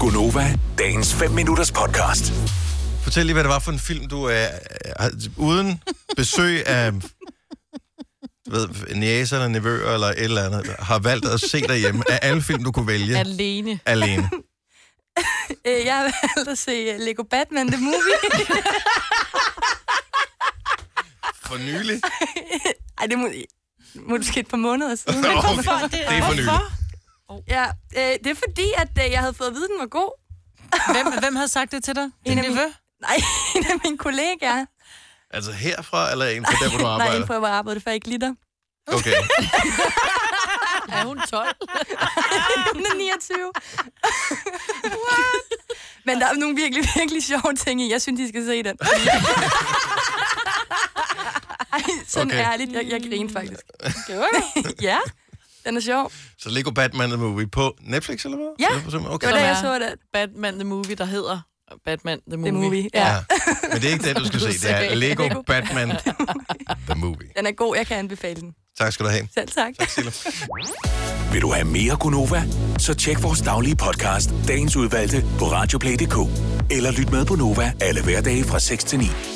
Gunova, dagens 5 minutters podcast. Fortæl lige, hvad det var for en film, du er øh, uden besøg af du ved, næser eller nevøer eller et eller andet, har valgt at se derhjemme af alle film, du kunne vælge alene. Alene. alene. Øh, Jeg har valgt at se øh, Lego Batman The Movie. For nylig. Ej, det er mu- måske et par måneder siden. Nå, okay. det Det er for nylig. Ja, øh, det er fordi, at øh, jeg havde fået at vide, at den var god. Hvem, hvem havde sagt det til dig? Din En af mine- nevø? Nej, en af mine kollegaer. Altså herfra eller en fra der, hvor du Nej, en arbejder? på, hvor jeg arbejdede før ikke litter. Okay. Er hun 12? Hun er 29. Men der er nogle virkelig, virkelig sjove ting i. Jeg synes, I skal se den. Ej, sådan Okay. okay. ærligt. Jeg, jeg griner faktisk. Gjorde du? Ja, den er sjov. Så Lego Batman The Movie på Netflix, eller hvad? Ja. Eller på simpelthen- Det Okay. var da jeg er- så den. Batman The Movie, der hedder Batman The Movie. The movie. Ja. Ja. Men det er ikke det, du skal se. Det er Lego Batman The Movie. Den er god. Jeg kan anbefale den. Tak skal du have. Selv tak. Sille. Vil du have mere Gunova? Så tjek vores daglige podcast, dagens udvalgte, på radioplay.dk. Eller lyt med på Nova alle hverdage fra 6 til 9.